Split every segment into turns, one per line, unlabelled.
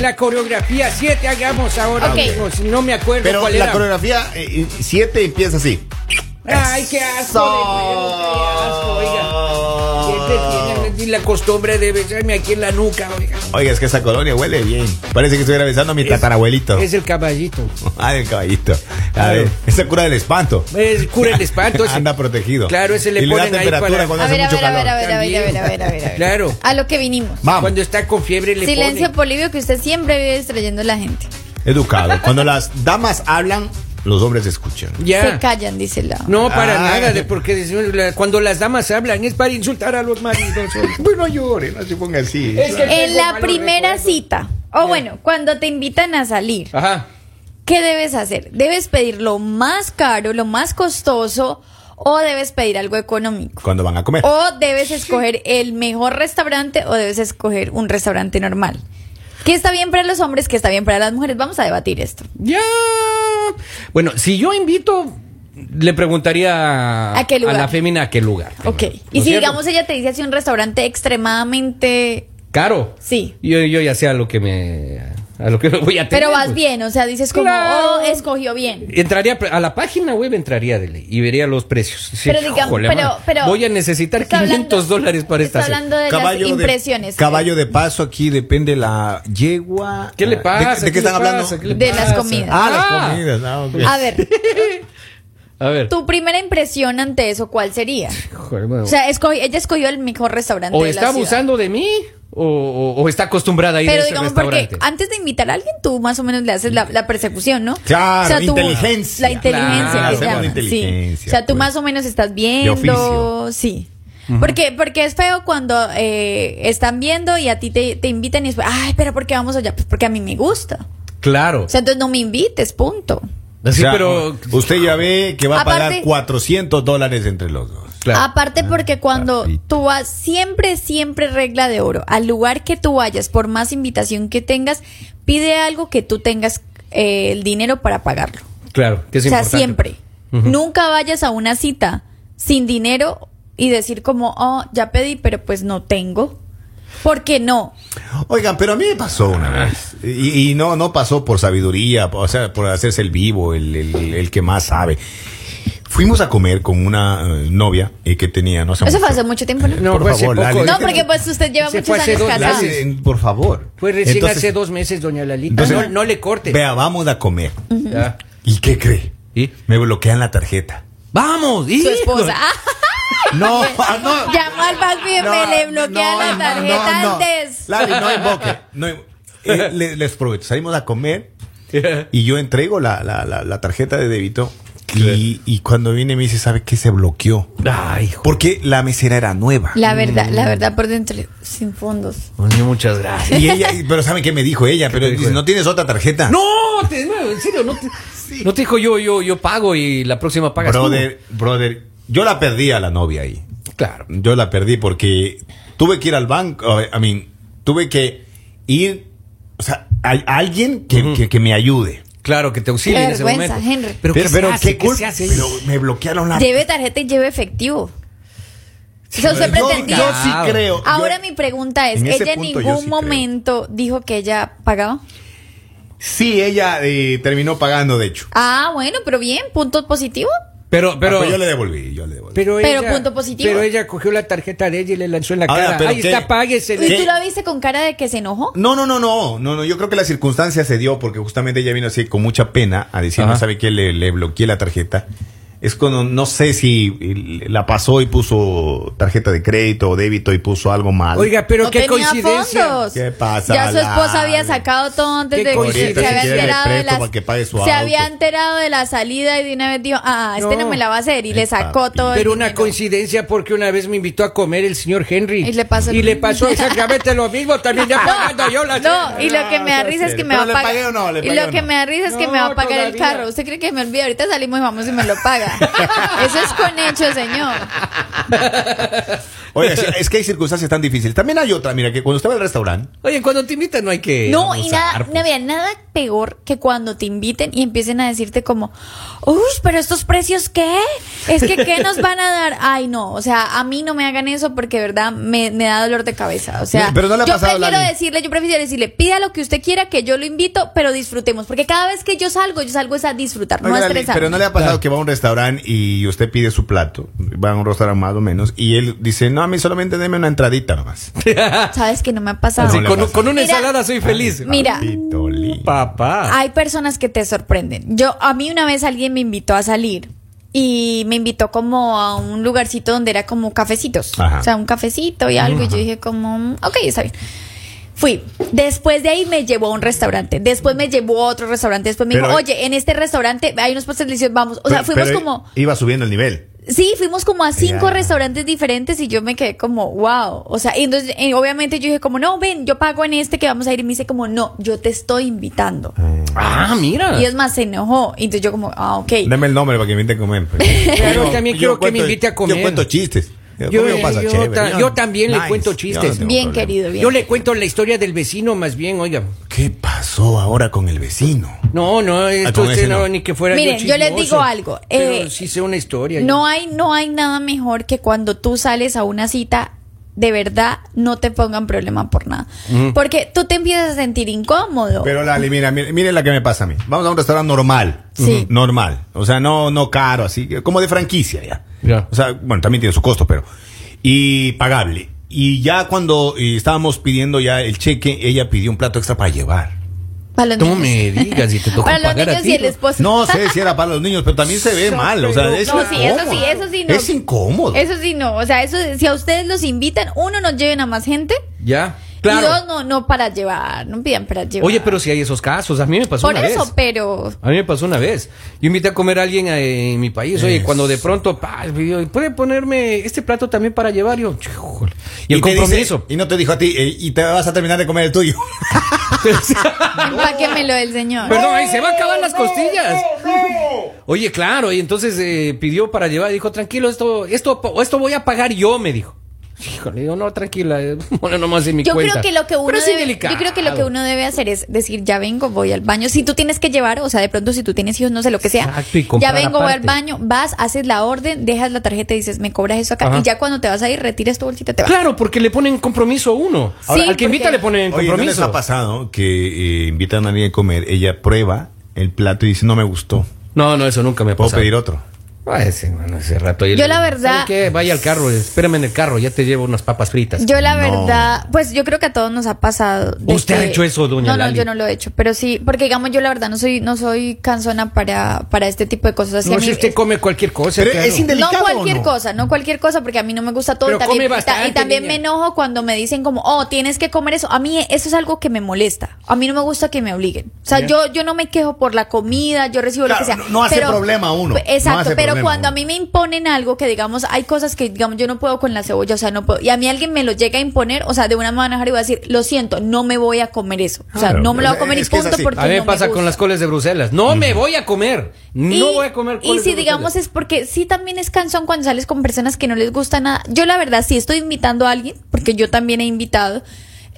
la coreografía 7 hagamos ahora
Ok.
mismo, si no me acuerdo
Pero
cuál
la
era.
coreografía 7 empieza así.
Ay, qué asco, de nuevo, qué asco, oiga. Siempre tienen así la costumbre de besarme aquí en la nuca, oiga.
Oiga, es que esa colonia huele bien. Parece que estuviera besando a mi
Es-
tatarabuelito.
Es el caballito.
Ah, del caballito. A ver, esa cura del espanto.
Es cura el espanto. ese.
Anda protegido.
Claro, ese le
y
ponen
le da
ahí
temperatura
para-
cuando
A
hace
ver, a
mucho
ver, a
calor.
ver, a ver, a ver, a ver, a ver, a ver, a ver.
Claro.
A lo que vinimos.
Vamos.
Cuando está con fiebre le
Silencio
ponen.
Polivio que usted siempre vive distrayendo a la gente.
Educado. Cuando las damas hablan, los hombres escuchan.
Se
Ya.
callan, dice la.
No, para
Ah.
nada, de porque decimos, la- cuando las damas hablan es para insultar a los maridos. oiga.
Bueno, llore, no se ponga así.
Es que-
En la
Malos
primera
recuerdos. Ah.
cita, o bueno, cuando te invitan a salir,
Ajá.
¿qué debes hacer? ¿Debes pedir lo más caro, lo más costoso, o debes pedir algo económico?
Cuando van a
Oh,
comer.
O debes escoger el mejor restaurante o debes escoger un restaurante normal. ¿Qué está bien para los hombres? ¿Qué está bien para las mujeres? Vamos a debatir esto.
Ya. Bueno, si yo invito, le preguntaría
¿A qué lugar?
la fémina a qué lugar.
Ok.
¿No
Y
es
si
cierto?
digamos ella te dice así un restaurante extremadamente...
Caro.
Sí.
Yo, yo ya sé a lo que me. A lo que me voy a tener.
Pero vas
pues.
bien, o sea, dices como,
Claro.
oh, escogió bien.
Entraría a la página web, entraría de ley y vería los precios. Sí,
Pero digamos,
híjole,
pero,
mano,
pero...
voy a necesitar
está
500
hablando-
dólares para esta
Está
cena.
hablando de las impresiones.
De, caballo de paso aquí depende la yegua.
¿Qué le
Ah,
pasa?
¿De, de qué
le
están hablando?
pasa? ¿Qué le
De las
pasa?
comidas.
Ah,
Ah.
las comidas. Ah, ok.
Eh, A
A
ver,
ver.
tu primera impresión ante eso, ¿cuál sería?
Joder, bueno.
O sea, escogi- ella escogió el mejor restaurante
o
de la
está
ciudad.
abusando de mí o, o- o está acostumbrada a ir a
Pero
ese
digamos, Ah, porque
restaurante.
antes de invitar a alguien, tú más o menos le haces la, la persecución, ¿no?
Claro,
tú-
inteligencia.
La inteligencia
Claro,
que
hacemos
llaman,
inteligencia,
sí. O sea, tú
pues.
más o menos estás viendo.
oficio.
Sí. Porque, porque es feo cuando eh, están viendo y a ti te, te invitan y después, ay, pero ¿por qué vamos allá? Pues porque a mí me gusta.
Claro.
O sea, entonces no me invites, punto.
sí,
O sea,
pero.
Usted ya ve que va a pagar
Aparte-
400 dólares entre los dos.
Claro.
Aparte porque cuando
papito.
tú vas, siempre, siempre regla de oro, al lugar que tú vayas, por más invitación que tengas, pide algo que tú tengas eh, el dinero para pagarlo.
Claro, que es
o sea,
importante.
siempre.
Ujú.
Nunca vayas a una cita sin dinero y decir como, oh, ya pedí, pero pues no tengo. Porque no.
Oigan, pero a mí me pasó una
Ah.
vez. Y, y no, no pasó por sabiduría, o sea, por hacerse el vivo, el, el- el que más sabe. Fuimos a comer con una eh, novia eh, que tenía, no sé.
Eso fue hace mucho tiempo, ¿no?
No,
Por
fue hace
favor,
poco.
Lali.
No, porque pues usted lleva
Se
muchos
fue hace
años
dos
casado.
meses.
Lali, por favor.
Fue recién
Entonces-
hace dos meses, doña Lalita.
Entonces-
no, no le corte.
Vea, vamos a comer.
Ya.
¿Y qué cree?
¿Y?
Me bloquean la tarjeta.
Vamos, y
Su esposa.
No, ah, no.
Llamó al banco y me le bloquea
no,
la
no, no,
tarjeta
no.
antes.
Lali, no invoque. no invo- Eh, le- les prometo, salimos a comer y yo entrego la, la- la- la tarjeta de débito. Y, y cuando viene me dice, ¿sabe qué? Se bloqueó.
Ay, hijo.
Porque la mesera era nueva.
La verdad,
Mm.
la verdad por dentro, le- sin fondos.
Oye, muchas gracias.
Y ella, y- pero ¿saben qué me dijo ella? Pero
te dijo
dice,
ella?
¿no tienes otra tarjeta?
No, te- no, en serio, no te, no te dijo yo, yo, yo pago y la próxima pagas tú.
Brother, brother, yo la perdí a la novia ahí.
Claro.
Yo la perdí porque tuve que ir al banco, a mí, tuve que ir, o sea, a, a alguien que, que- que me ayude.
Claro, que te auxilie
Qué
en ese
vergüenza,
momento.
Henry.
Pero, ¿qué se hace? ¿Qué
culpa?
se hace?
Pero me bloquearon la...
Lleve tarjeta y lleve efectivo. O sea, usted
yo,
pretendía.
yo sí creo.
Ahora
yo-
mi pregunta es,
en ese
¿ella en
punto yo
ningún
sí creo.
momento dijo que ella pagaba?
Sí, ella eh, terminó pagando, de hecho.
Ah, bueno, pero bien, punto positivo.
Pero,
Pero
pero...
pues yo le devolví, yo le devolví.
Pero,
Pero
ella,
punto positivo.
Pero ella cogió la tarjeta de ella y le lanzó en la
Ahora,
cara.
pero
Ahí
¿qué?
está, páguese.
¿Y
¿Qué?
tú la viste con cara de que se enojó?
No, no, no, no, no, no, yo creo que la circunstancia se dio porque justamente ella vino así con mucha pena a decir,
Ajá.
no sabe qué, le, le bloqueé la tarjeta. Es cuando no sé si la pasó y puso tarjeta de crédito o débito y puso algo mal.
Oiga, pero
no
qué
tenía
coincidencia.
fondos.
¿Qué pasa,
Ya su esposa
Lali?
había sacado todo antes
Qué
de que
coincidencia.
se había
Si quiere,
le
enterado de
presto
la
para que pague su
se
auto.
había enterado de la salida y de una vez dijo, ah, este no,
No.
me la va a hacer y
Ay,
le sacó
papi.
todo. el
Pero una
dinero.
coincidencia porque una vez me invitó a comer el señor Henry.
Y le pasó lo
Y le
mismo.
pasó exactamente lo mismo. También ya pagando yo la
No, y lo que me da risa es que me va a
¿Pero le pagué
pagar.
o no? ¿Le
Y
pagué
lo
o
que
no?
me da risa es que me va a
No,
pagar el
todavía.
carro. ¿Usted cree que me olvida? Ahorita salimos y vamos y me lo paga. Eso es con hecho, señor.
Oiga, sí, es que hay circunstancias tan difíciles. También hay otra, mira, que cuando usted va al restaurante,
Oye, cuando te invitan no hay que.
No, y
abusar,
nada,
pues.
no había nada peor que cuando te inviten y empiecen a decirte como, uy, pero estos precios qué? Es que, ¿qué nos van a dar? Ay, no, o sea, a mí no me hagan eso porque, de verdad, me, me da dolor de cabeza. O sea,
Pero no le ha
yo
pasado,
prefiero
Lali.
decirle, yo prefiero decirle, pida lo que usted quiera, que yo lo invito, pero disfrutemos. Porque cada vez que yo salgo, yo salgo es a disfrutar, no a
Oiga, Lali,
estresar.
pero no le ha pasado
Claro.
que va a un restaurante y usted pide su plato, va a un restaurante más o menos, y él dice, no, a mí solamente deme una entradita nomás.
Sabes que no me ha pasado.
Así
Sí,
No le
con,
pasa.
con una
Mira,
ensalada soy feliz.
Mira.
Papito lindo. Ah.
Papá.
Hay personas que te sorprenden. Yo, a mí una vez alguien me invitó a salir y me invitó como a un lugarcito donde era como cafecitos.
Ajá.
O sea, un cafecito y algo. Y yo dije como, mm, ok, está bien. Fui. Después de ahí me llevó a un restaurante. Después me llevó a otro restaurante. Después me
Pero-
dijo, oye, en este restaurante hay unos postres deliciosos. Vamos. O sea,
Pero-
fuimos
pero
como...
Iba subiendo el nivel.
Sí, fuimos como a cinco
Ya.
restaurantes diferentes y yo me quedé como, wow. O sea, y entonces eh, obviamente yo dije como, no, ven, yo pago en este que vamos a ir. Y me dice como, no, yo te estoy invitando.
Ah, mira.
Y es más, se enojó. Y entonces yo como, ah, ok.
Dame el nombre para que me invite a comer. pues.
Claro, también quiero que me invite a comer.
Yo cuento chistes.
Yo-
conmigo pasa
yo
chévere.
ta- yo también le cuento
yo
chistes.
tengo
Bien,
problema.
querido, bien.
Yo le cuento la historia del vecino más bien, oiga.
¿Qué pasó ahora con el vecino?
No, no, esto
Ah, con ese
sí, no,
no.
ni que fuera
Miren, yo les
chismoso.
digo algo,
Pero
eh,
sí sé una historia.
No hay, no hay nada mejor que cuando tú sales a una cita, de verdad, no te pongan problema por nada. Porque tú te empiezas a sentir incómodo.
Pero Lali, mira, mire, mire la que me pasa a mí. Vamos a un restaurante normal.
Sí.
Ujú. Normal. O sea, no, no caro, así, que- como de franquicia ya.
Ya.
O sea, bueno, también tiene su costo, pero. Y pagable. Y ya cuando eh, estábamos pidiendo ya el cheque, ella pidió un plato extra para llevar.
para los
No
niños.
me digas, y te tocó
para los
pagar a
niños
ti,
y el
¿no?
esposo.
No sé si era para los niños, pero también se ve mal. O sea, es
Pues, No, sí, eso
incómodo.
sí, eso sí, no.
Es incómodo.
Eso sí, no. O sea, eso, si a ustedes los invitan, uno, no lleven a más gente.
Ya.
Y
Claro.
dos, no, no para llevar. No pidan para llevar.
Oye, pero si hay esos casos. A mí me pasó
Por
una
eso,
vez.
pero.
A mí me pasó una vez. Yo invité a comer a alguien eh, en mi país. Oye,
Eso.
cuando de pronto, pa, yo, ¿puede ponerme este plato también para llevar? Yo, "Híjole". Y el
te dice-
compromiso.
y no te dijo a ti, eh, y te vas a terminar de comer el tuyo.
Empáquemelo del señor.
Perdón, ahí se van a acabar las costillas. Oye, claro, y entonces eh, pidió para llevar, dijo, tranquilo, esto, esto, esto voy a pagar yo, me dijo. Híjole, digo, no, tranquila, eh, bueno, nomás en mi
yo
cuenta.
creo que lo que uno
Pero es
debe,
indelicado.
yo creo que lo que uno debe hacer es decir ya vengo voy al baño si tú tienes que llevar o sea de pronto si tú tienes hijos no sé lo que sea
Exacto, y
ya
comprar
vengo voy al
aparte.
baño vas haces la orden dejas la tarjeta y dices me cobras eso acá
Ajá.
y ya cuando te vas a ir retiras tu bolsita te vas
Claro, porque le ponen compromiso a uno.
Sí,
Ahora, al que
porque-
invita le ponen
Oye, ¿no les
compromiso.
ha pasado que eh, invitan a alguien a comer, ella prueba el plato y dice, no me gustó,
no, no, eso nunca me ha
puedo
pasado.
pedir otro?
Ay, sí, bueno, ese rato ahí
Yo
le-
la verdad-
¿Sabe qué? Vaya al carro, espérame en el carro, ya te llevo unas papas fritas.
yo la
No.
verdad pues yo creo que a todos nos ha pasado de
¿Usted ha
que-
hecho eso, doña
no
Lali?
no yo no lo he hecho pero sí porque digamos yo la verdad no soy no soy cansona para para este tipo de cosas Así a
no,
mí
si usted
es-
come cualquier cosa.
Pero
claro.
es inde-
No
¿Delicado o
cualquier
no?
cosa, no cualquier cosa, porque a mí no me gusta todo.
Pero
y también,
come
y ta-
bastante,
y también
niña.
me enojo cuando me dicen como, oh, tienes que comer eso. A mí eso es algo que me molesta. A mí no me gusta que me obliguen. O sea,
Ya.
yo, yo no me quejo por la comida, yo recibo
Claro,
lo que sea.
no- no hace problema uno, no
Exacto,
hace
pero
problema
cuando
uno.
a mí me imponen algo que digamos, hay cosas que digamos, yo no puedo con la cebolla, o sea, no puedo. Y a mí alguien me lo llega a imponer, o sea, de una mano y voy a decir, lo siento, no me voy a comer eso. O sea,
Claro,
no me lo
es-
voy a comer y
es que es
punto
así.
porque
a mí me
no
pasa
gusta.
con las coles de Bruselas. No me voy a comer. No
Y-
voy a comer
Y
coles
si
de
digamos
Bruselas.
es porque sí también es cansón cuando sales con personas que no les gusta nada. Yo la verdad sí estoy invitando a alguien, porque yo también he invitado.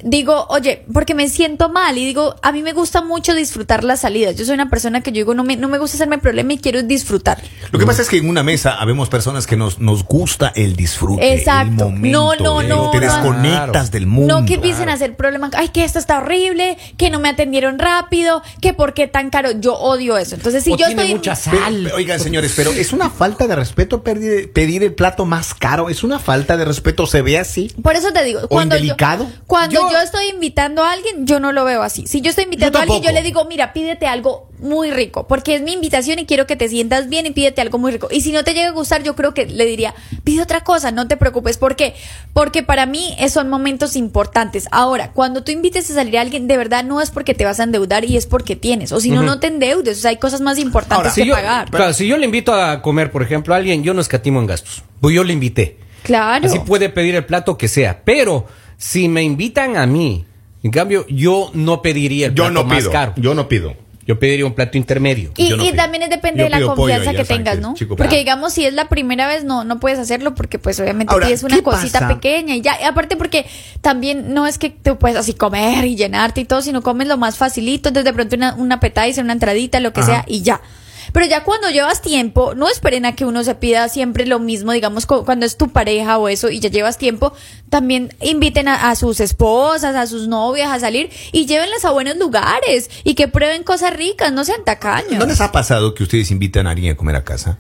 Digo, oye, porque me siento mal y digo, a mí me gusta mucho disfrutar las salidas. Yo soy una persona que yo digo, no me, no me gusta hacerme problema y quiero disfrutar.
Lo que
Mm.
pasa es que en una mesa habemos personas que nos, nos gusta el disfrute, el
Exacto.
momento,
No, no,
el-
no,
te
no.
desconectas
Claro.
del mundo.
no que empiecen a hacer problema. Ay, que esto está horrible, que no me atendieron rápido, que por qué tan caro. Yo odio eso. Entonces, si
O
yo
tiene
estoy.
mucha
Pero-
sal.
pero, oigan, señores, pero es una falta de respeto pedir, pedir el plato más caro. Es una falta de respeto. Se ve así.
Por eso te digo, cuando yo,
indelicado.
cuando
Yo-
yo, estoy invitando a alguien, yo no lo veo así. Si yo estoy invitando
Yo
a alguien, yo
tampoco.
le digo, mira, pídete algo muy rico, porque es mi invitación y quiero que te sientas bien y pídete algo muy rico. Y si no te llega a gustar, yo creo que le diría, pide otra cosa, no te preocupes. ¿Por qué? Porque para mí esos son momentos importantes. Ahora, cuando tú invites a salir a alguien, de verdad no es porque te vas a endeudar y es porque tienes. O si no, no te endeudes. O sea, hay cosas más importantes
Ahora,
que
si yo,
pagar.
claro, si yo le invito a comer, por ejemplo, a alguien, yo no escatimo en gastos. Pues yo le invité.
Claro.
Así puede pedir el plato que sea. Pero si me invitan a mí, en cambio, yo no pediría el plato más caro. Yo,
Yo no pido.
pediría un plato intermedio.
Y,
Yo no
y
pido.
también es depende
Yo
de la
pido pollo
confianza
y
que
ya saben
tengas,
que
¿no?
chico
porque
pan.
digamos, si es la primera vez, no, no puedes hacerlo porque pues obviamente
Ahora,
pides una
¿qué
cosita
pasa?
pequeña y ya. Y aparte porque también no es que te puedes así comer y llenarte y todo, sino comes lo más facilito, entonces de pronto una, una petadice, una entradita, lo que sea, y ya. Pero ya cuando llevas tiempo, no esperen a que uno se pida siempre lo mismo, digamos, cu- cuando es tu pareja o eso, y ya llevas tiempo, también inviten a, a sus esposas, a sus novias a salir y llévenlas a buenos lugares y que prueben cosas ricas, no sean tacaños.
¿No les ha pasado que ustedes invitan a alguien a comer a casa?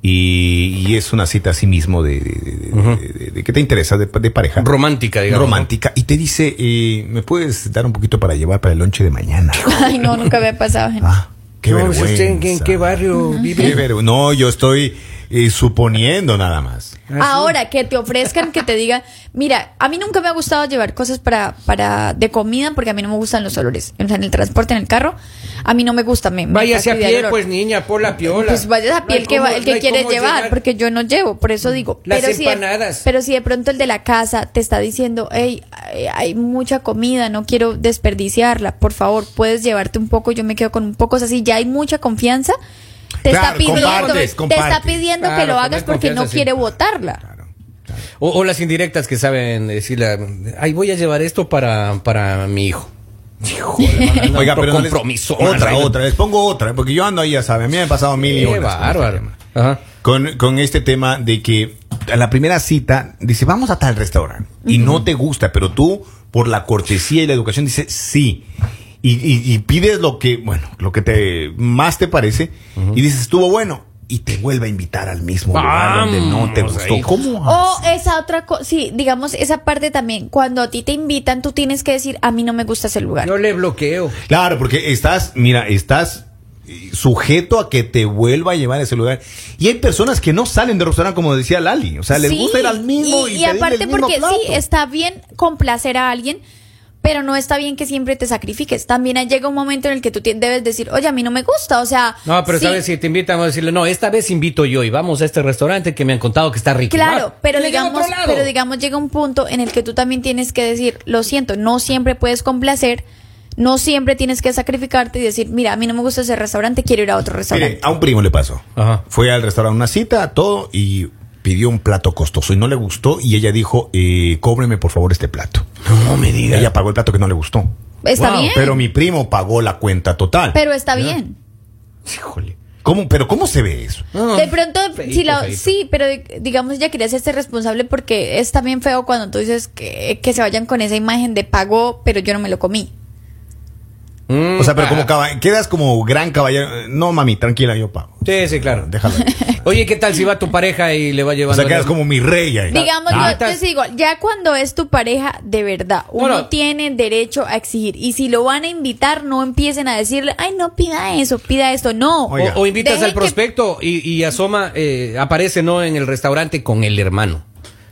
Y, y es una cita a sí mismo de, de- de- de- de- de- de- que te interesa, de, de pareja.
Romántica, digamos. ¿no?
Romántica. Y te dice, eh, ¿me puedes dar un poquito para llevar para el lonche de mañana?
Ay, no, nunca me ha pasado. gente.
Ah, qué
No, si
vergüenza.
usted en, qué- en qué barrio
Qué
vive?
vergü- No, yo estoy eh, suponiendo nada más.
Ahora que te ofrezcan, que te digan, mira, a mí nunca me ha gustado llevar cosas para, para de comida porque a mí no me gustan los olores. O sea, en el transporte, en el carro, a mí no me gusta. Me, me
Váyase a
fastidia el
pie,
olor.
pues niña, por la piola.
Pues vayas a
No
pie
hay
el que, va-
cómo-
el
no
que
hay
quiere
cómo
llevar,
llegar.
porque yo no llevo, por eso digo.
Las
pero si de-
empanadas.
pero si de pronto el de la casa te está diciendo, hey, hay, hay mucha comida, no quiero desperdiciarla, por favor, puedes llevarte un poco, yo me quedo con un poco, o sea, si ya hay mucha confianza, te
Claro,
está pidiendo,
compartes,
Te
compartes.
está pidiendo que
Claro,
lo
con
hagas
esa
porque no
confianza, sí.
quiere votarla.
Claro.
O, o las indirectas que saben decirle, ay, voy a llevar esto para, para mi hijo. Híjole,
Oiga, pero no les-
compromiso.
Otra, otra. Les pongo otra, porque yo ando ahí, ya saben. A mí me han pasado mil y
Qué
unas. con este
bárbaro.
tema.
Ajá.
Con, con este tema de que a la primera cita dice, vamos a tal restaurante. Y no te gusta, pero tú, por la cortesía y la educación, dices, sí. Y, y- y pides lo que, bueno, lo que te más te parece. Y dices, estuvo bueno. Y te vuelve a invitar al mismo lugar donde no te
Vamos
gustó.
ahí.
¿Cómo?
O
Ah,
esa otra cosa, sí, digamos, esa parte también, cuando a ti te invitan, tú tienes que decir, a mí no me gusta ese lugar.
Yo le bloqueo.
Claro, porque estás, mira, estás eh, sujeto a que te vuelva a llevar a ese lugar. Y hay personas que no salen de restaurante, como decía Lali. O sea, les
Sí,
gusta ir al mismo y,
Y, y
pedir el
aparte
mismo
porque
plato.
sí, está bien complacer a alguien, pero no está bien que siempre te sacrifiques. También ahí llega un momento en el que tú ti- debes decir, oye, a mí no me gusta, o sea...
No, pero
sí,
sabes, si te invitan, vamos a decirle, no, esta vez invito yo y vamos a este restaurante que me han contado que está rico.
Claro,
Va.
pero
Y le llevo a
digamos,
otro lado.
pero digamos llega un punto en el que tú también tienes que decir, lo siento, no siempre puedes complacer, no siempre tienes que sacrificarte y decir, mira, a mí no me gusta ese restaurante, quiero ir a otro restaurante.
Mire, a un primo le pasó.
Ajá.
Fue al restaurante a una cita, todo, y pidió un plato costoso y no le gustó. Y ella dijo, eh, cóbreme por favor este plato.
No me digas.
Ella pagó el plato que no le gustó.
Está
Wow,
bien.
Pero mi primo pagó la cuenta total.
Pero está bien.
Híjole. ¿Cómo, pero ¿cómo se ve eso?
No,
De pronto,
Ah. feíto,
si la-
feíto.
sí, pero eh, digamos ella quería hacerse responsable porque es también feo cuando tú dices que, que se vayan con esa imagen de pago, pero yo no me lo comí.
Mm,
O sea, pero como
ah.
caba- quedas como gran caballero. No, mami, tranquila, yo pago.
Sí, sí, claro.
Déjalo. ahí.
Oye, ¿qué tal si va tu pareja y le va
O
llevando?
sea, quedas como mi rey ahí.
Digamos,
Ah.
yo te digo, ya cuando es tu pareja, de verdad, uno
Bueno.
tiene derecho a exigir. Y si lo van a invitar, no empiecen a decirle, ay, no pida eso, pida esto. No.
O,
Oiga.
o invitas
Dejen
al
que-
prospecto y, y asoma, eh, aparece no en el restaurante con el hermano.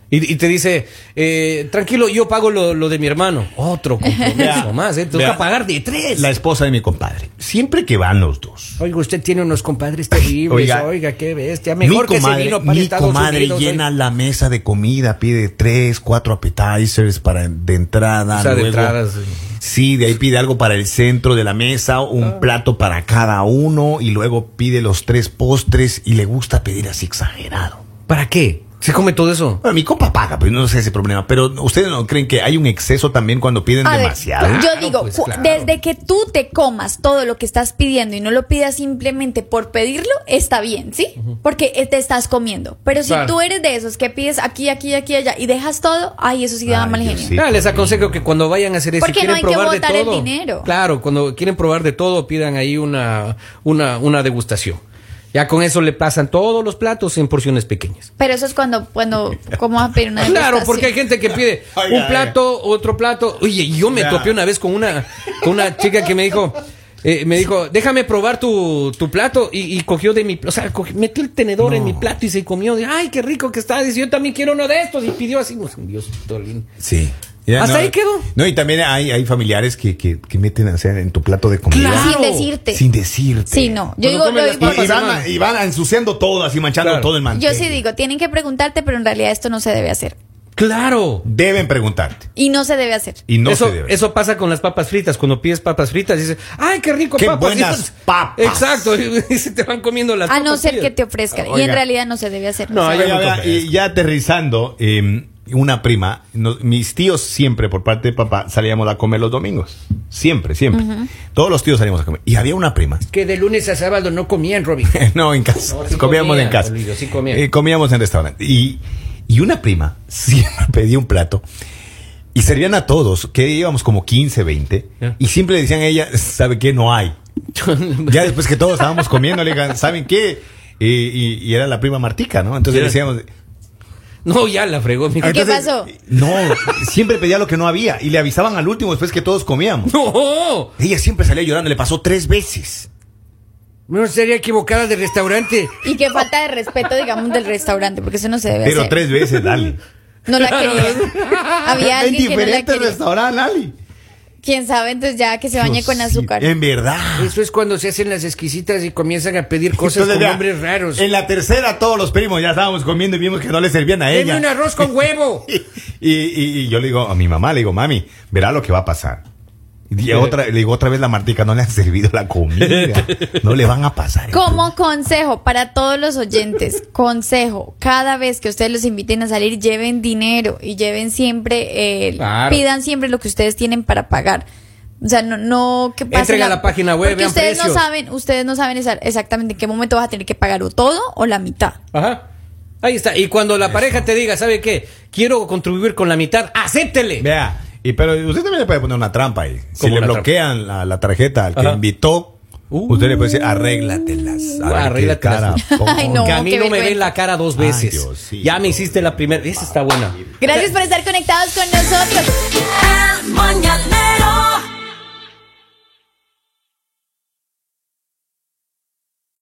Y, y te dice, eh, tranquilo, yo pago lo, lo de mi hermano. Otro compromiso
Vea,
más, ¿eh? Te
vea.
toca pagar de tres.
La esposa de mi compadre. Siempre que van los dos.
Oiga, usted tiene unos compadres terribles.
Oiga.
Oiga, qué bestia.
mi
Mejor que se
comadre,
vino para
mi
Estados
comadre
Unidos, ¿eh?
llena
oiga.
la mesa de comida, pide tres, cuatro appetizers para de entrada.
O sea, de
luego-
entrada, sí. Ah.
Sí, de ahí pide algo para el centro de la mesa, un plato para cada uno y luego pide los tres postres y le gusta pedir así exagerado.
¿Para qué? ¿Se come todo eso?
Bueno, mi compa paga, pero no sé ese problema. Pero ustedes no creen que hay un exceso también cuando piden
A ver,
demasiado.
yo
Claro,
digo,
pues,
cu-
claro.
desde que tú te comas todo lo que estás pidiendo y no lo pidas simplemente por pedirlo, está bien, ¿sí? Porque eh, te estás comiendo. Pero si
Claro.
tú eres de esos que pides aquí, aquí, aquí, allá y dejas todo, ay, eso sí da
Ay,
mal
Dios,
genio.
sí.
Ah, les aconsejo que cuando vayan a hacer eso,
Porque no
quieren
hay que
probar
botar
de
el
todo.
dinero.
Claro, cuando quieren probar de todo, pidan ahí una, una, una degustación. Ya con eso le pasan todos los platos en porciones pequeñas.
Pero eso es cuando, cuando, como vas a pedir una
Claro,
degustación?
porque hay gente que pide
Oiga,
un plato, otro plato. Oye, yo me
Ya.
topé una vez con una, con una chica que me dijo, eh, me dijo, déjame probar tu, tu plato. Y, y cogió de mi, o sea, cogió- metió el tenedor en mi plato y se comió. Ay, qué rico que está. Dice, yo también quiero uno de estos. Y pidió así, pues, Dios, Dolín.
Sí.
Hasta ahí quedó.
No, y también hay, hay familiares que, que, que meten o sea, en tu plato de comida.
Claro.
Sin decirte.
Sin decirte.
Sí, no.
Cuando
Yo digo,
comes
lo
las papas
Y, y
importante-
de
van, a- y van a ensuciando todo, así manchando
Claro.
todo el mantel.
yo sí digo, tienen que preguntarte, pero en realidad esto no se debe hacer.
Claro.
Deben preguntarte.
Y no se debe hacer.
Y no
eso,
se debe.
eso pasa con las papas fritas. Cuando pides papas fritas, dices, ¡ay, qué rico!
¡Qué
papas!
buenas
Entonces-
papas!
Exacto, y se te van comiendo las
A
papas
no ser
fritas.
que te ofrezcan. Y
Oiga.
en realidad no se debe hacer.
No,
O sea,
yo
Oiga,
no
vea,
toco
y
eso.
ya aterrizando, eh, una prima, nos- mis tíos siempre por parte de papá salíamos a comer los domingos. Siempre, siempre. Todos los tíos salíamos a comer. Y había una prima.
Que de lunes a sábado no comían, Robin.
no, en casa.
No, sí
comíamos
comía,
en casa.
Olivio, sí comía.
Eh, comíamos en restaurante. Y, y una prima siempre pedía un plato. Y servían a todos, que íbamos como 15, 20.
Ya.
Y siempre le decían a ella, ¿sabe qué? No hay. Ya después que todos estábamos comiendo, le digan, ¿saben qué? Y, y- y era la prima Martica, ¿no? Entonces le
Ya.
decíamos, "Ah,
No, ya la fregó, mijo.
¿Qué
Entonces,
pasó?
No, siempre pedía lo que no había y le avisaban al último después que todos comíamos.
¡No!
Ella siempre salía llorando, le pasó tres veces.
No sería equivocada de restaurante.
Y qué falta de respeto, digamos, del restaurante, porque eso no se debe
Pero
hacer.
tres veces, dale.
No la querían. Había
en
alguien que no la
diferentes
quería.
restaurantes, Ali.
Quién sabe, entonces ya que se bañe
Dios,
con
sí,
azúcar.
En verdad.
Eso es cuando se hacen las exquisitas y comienzan a pedir cosas
Entonces,
con
ya,
nombres raros.
En la tercera, todos los primos ya estábamos comiendo y vimos que no le servían a
Denme
ella.
un arroz con huevo.
Y, y- y yo le digo a mi mamá, le digo, mami, verá lo que va a pasar. Y otra, le digo otra vez la Martica, no le han servido la comida. No le van a pasar.
Como consejo para todos los oyentes, consejo, cada vez que ustedes los inviten a salir, lleven dinero y lleven siempre, eh,
Claro.
pidan siempre lo que ustedes tienen para pagar. O sea, no, no que pase
Entren a la página web,
porque
vean
ustedes no
precios.
saben, ustedes no saben esa- exactamente en qué momento vas a tener que pagar o todo o la mitad.
Ajá. Ahí está. Y cuando la pareja te diga, ¿sabe qué? Quiero contribuir con la mitad, acéptele.
Vea, y pero usted también le puede poner una trampa ahí. Si
¿Cómo
le
una
bloquean la, la tarjeta al que
Ajá.
invitó,
Uh.
usted le puede decir, arréglatelas. A ver qué
Arréglatelas.
cara pongo".
Ay, no.
que a mí
qué
no me
vergüenza.
ven la cara dos
Ay,
veces.
Diosito.
ya me hiciste la primera. Esa está buena.
Gracias por estar conectados con nosotros.
El mañanero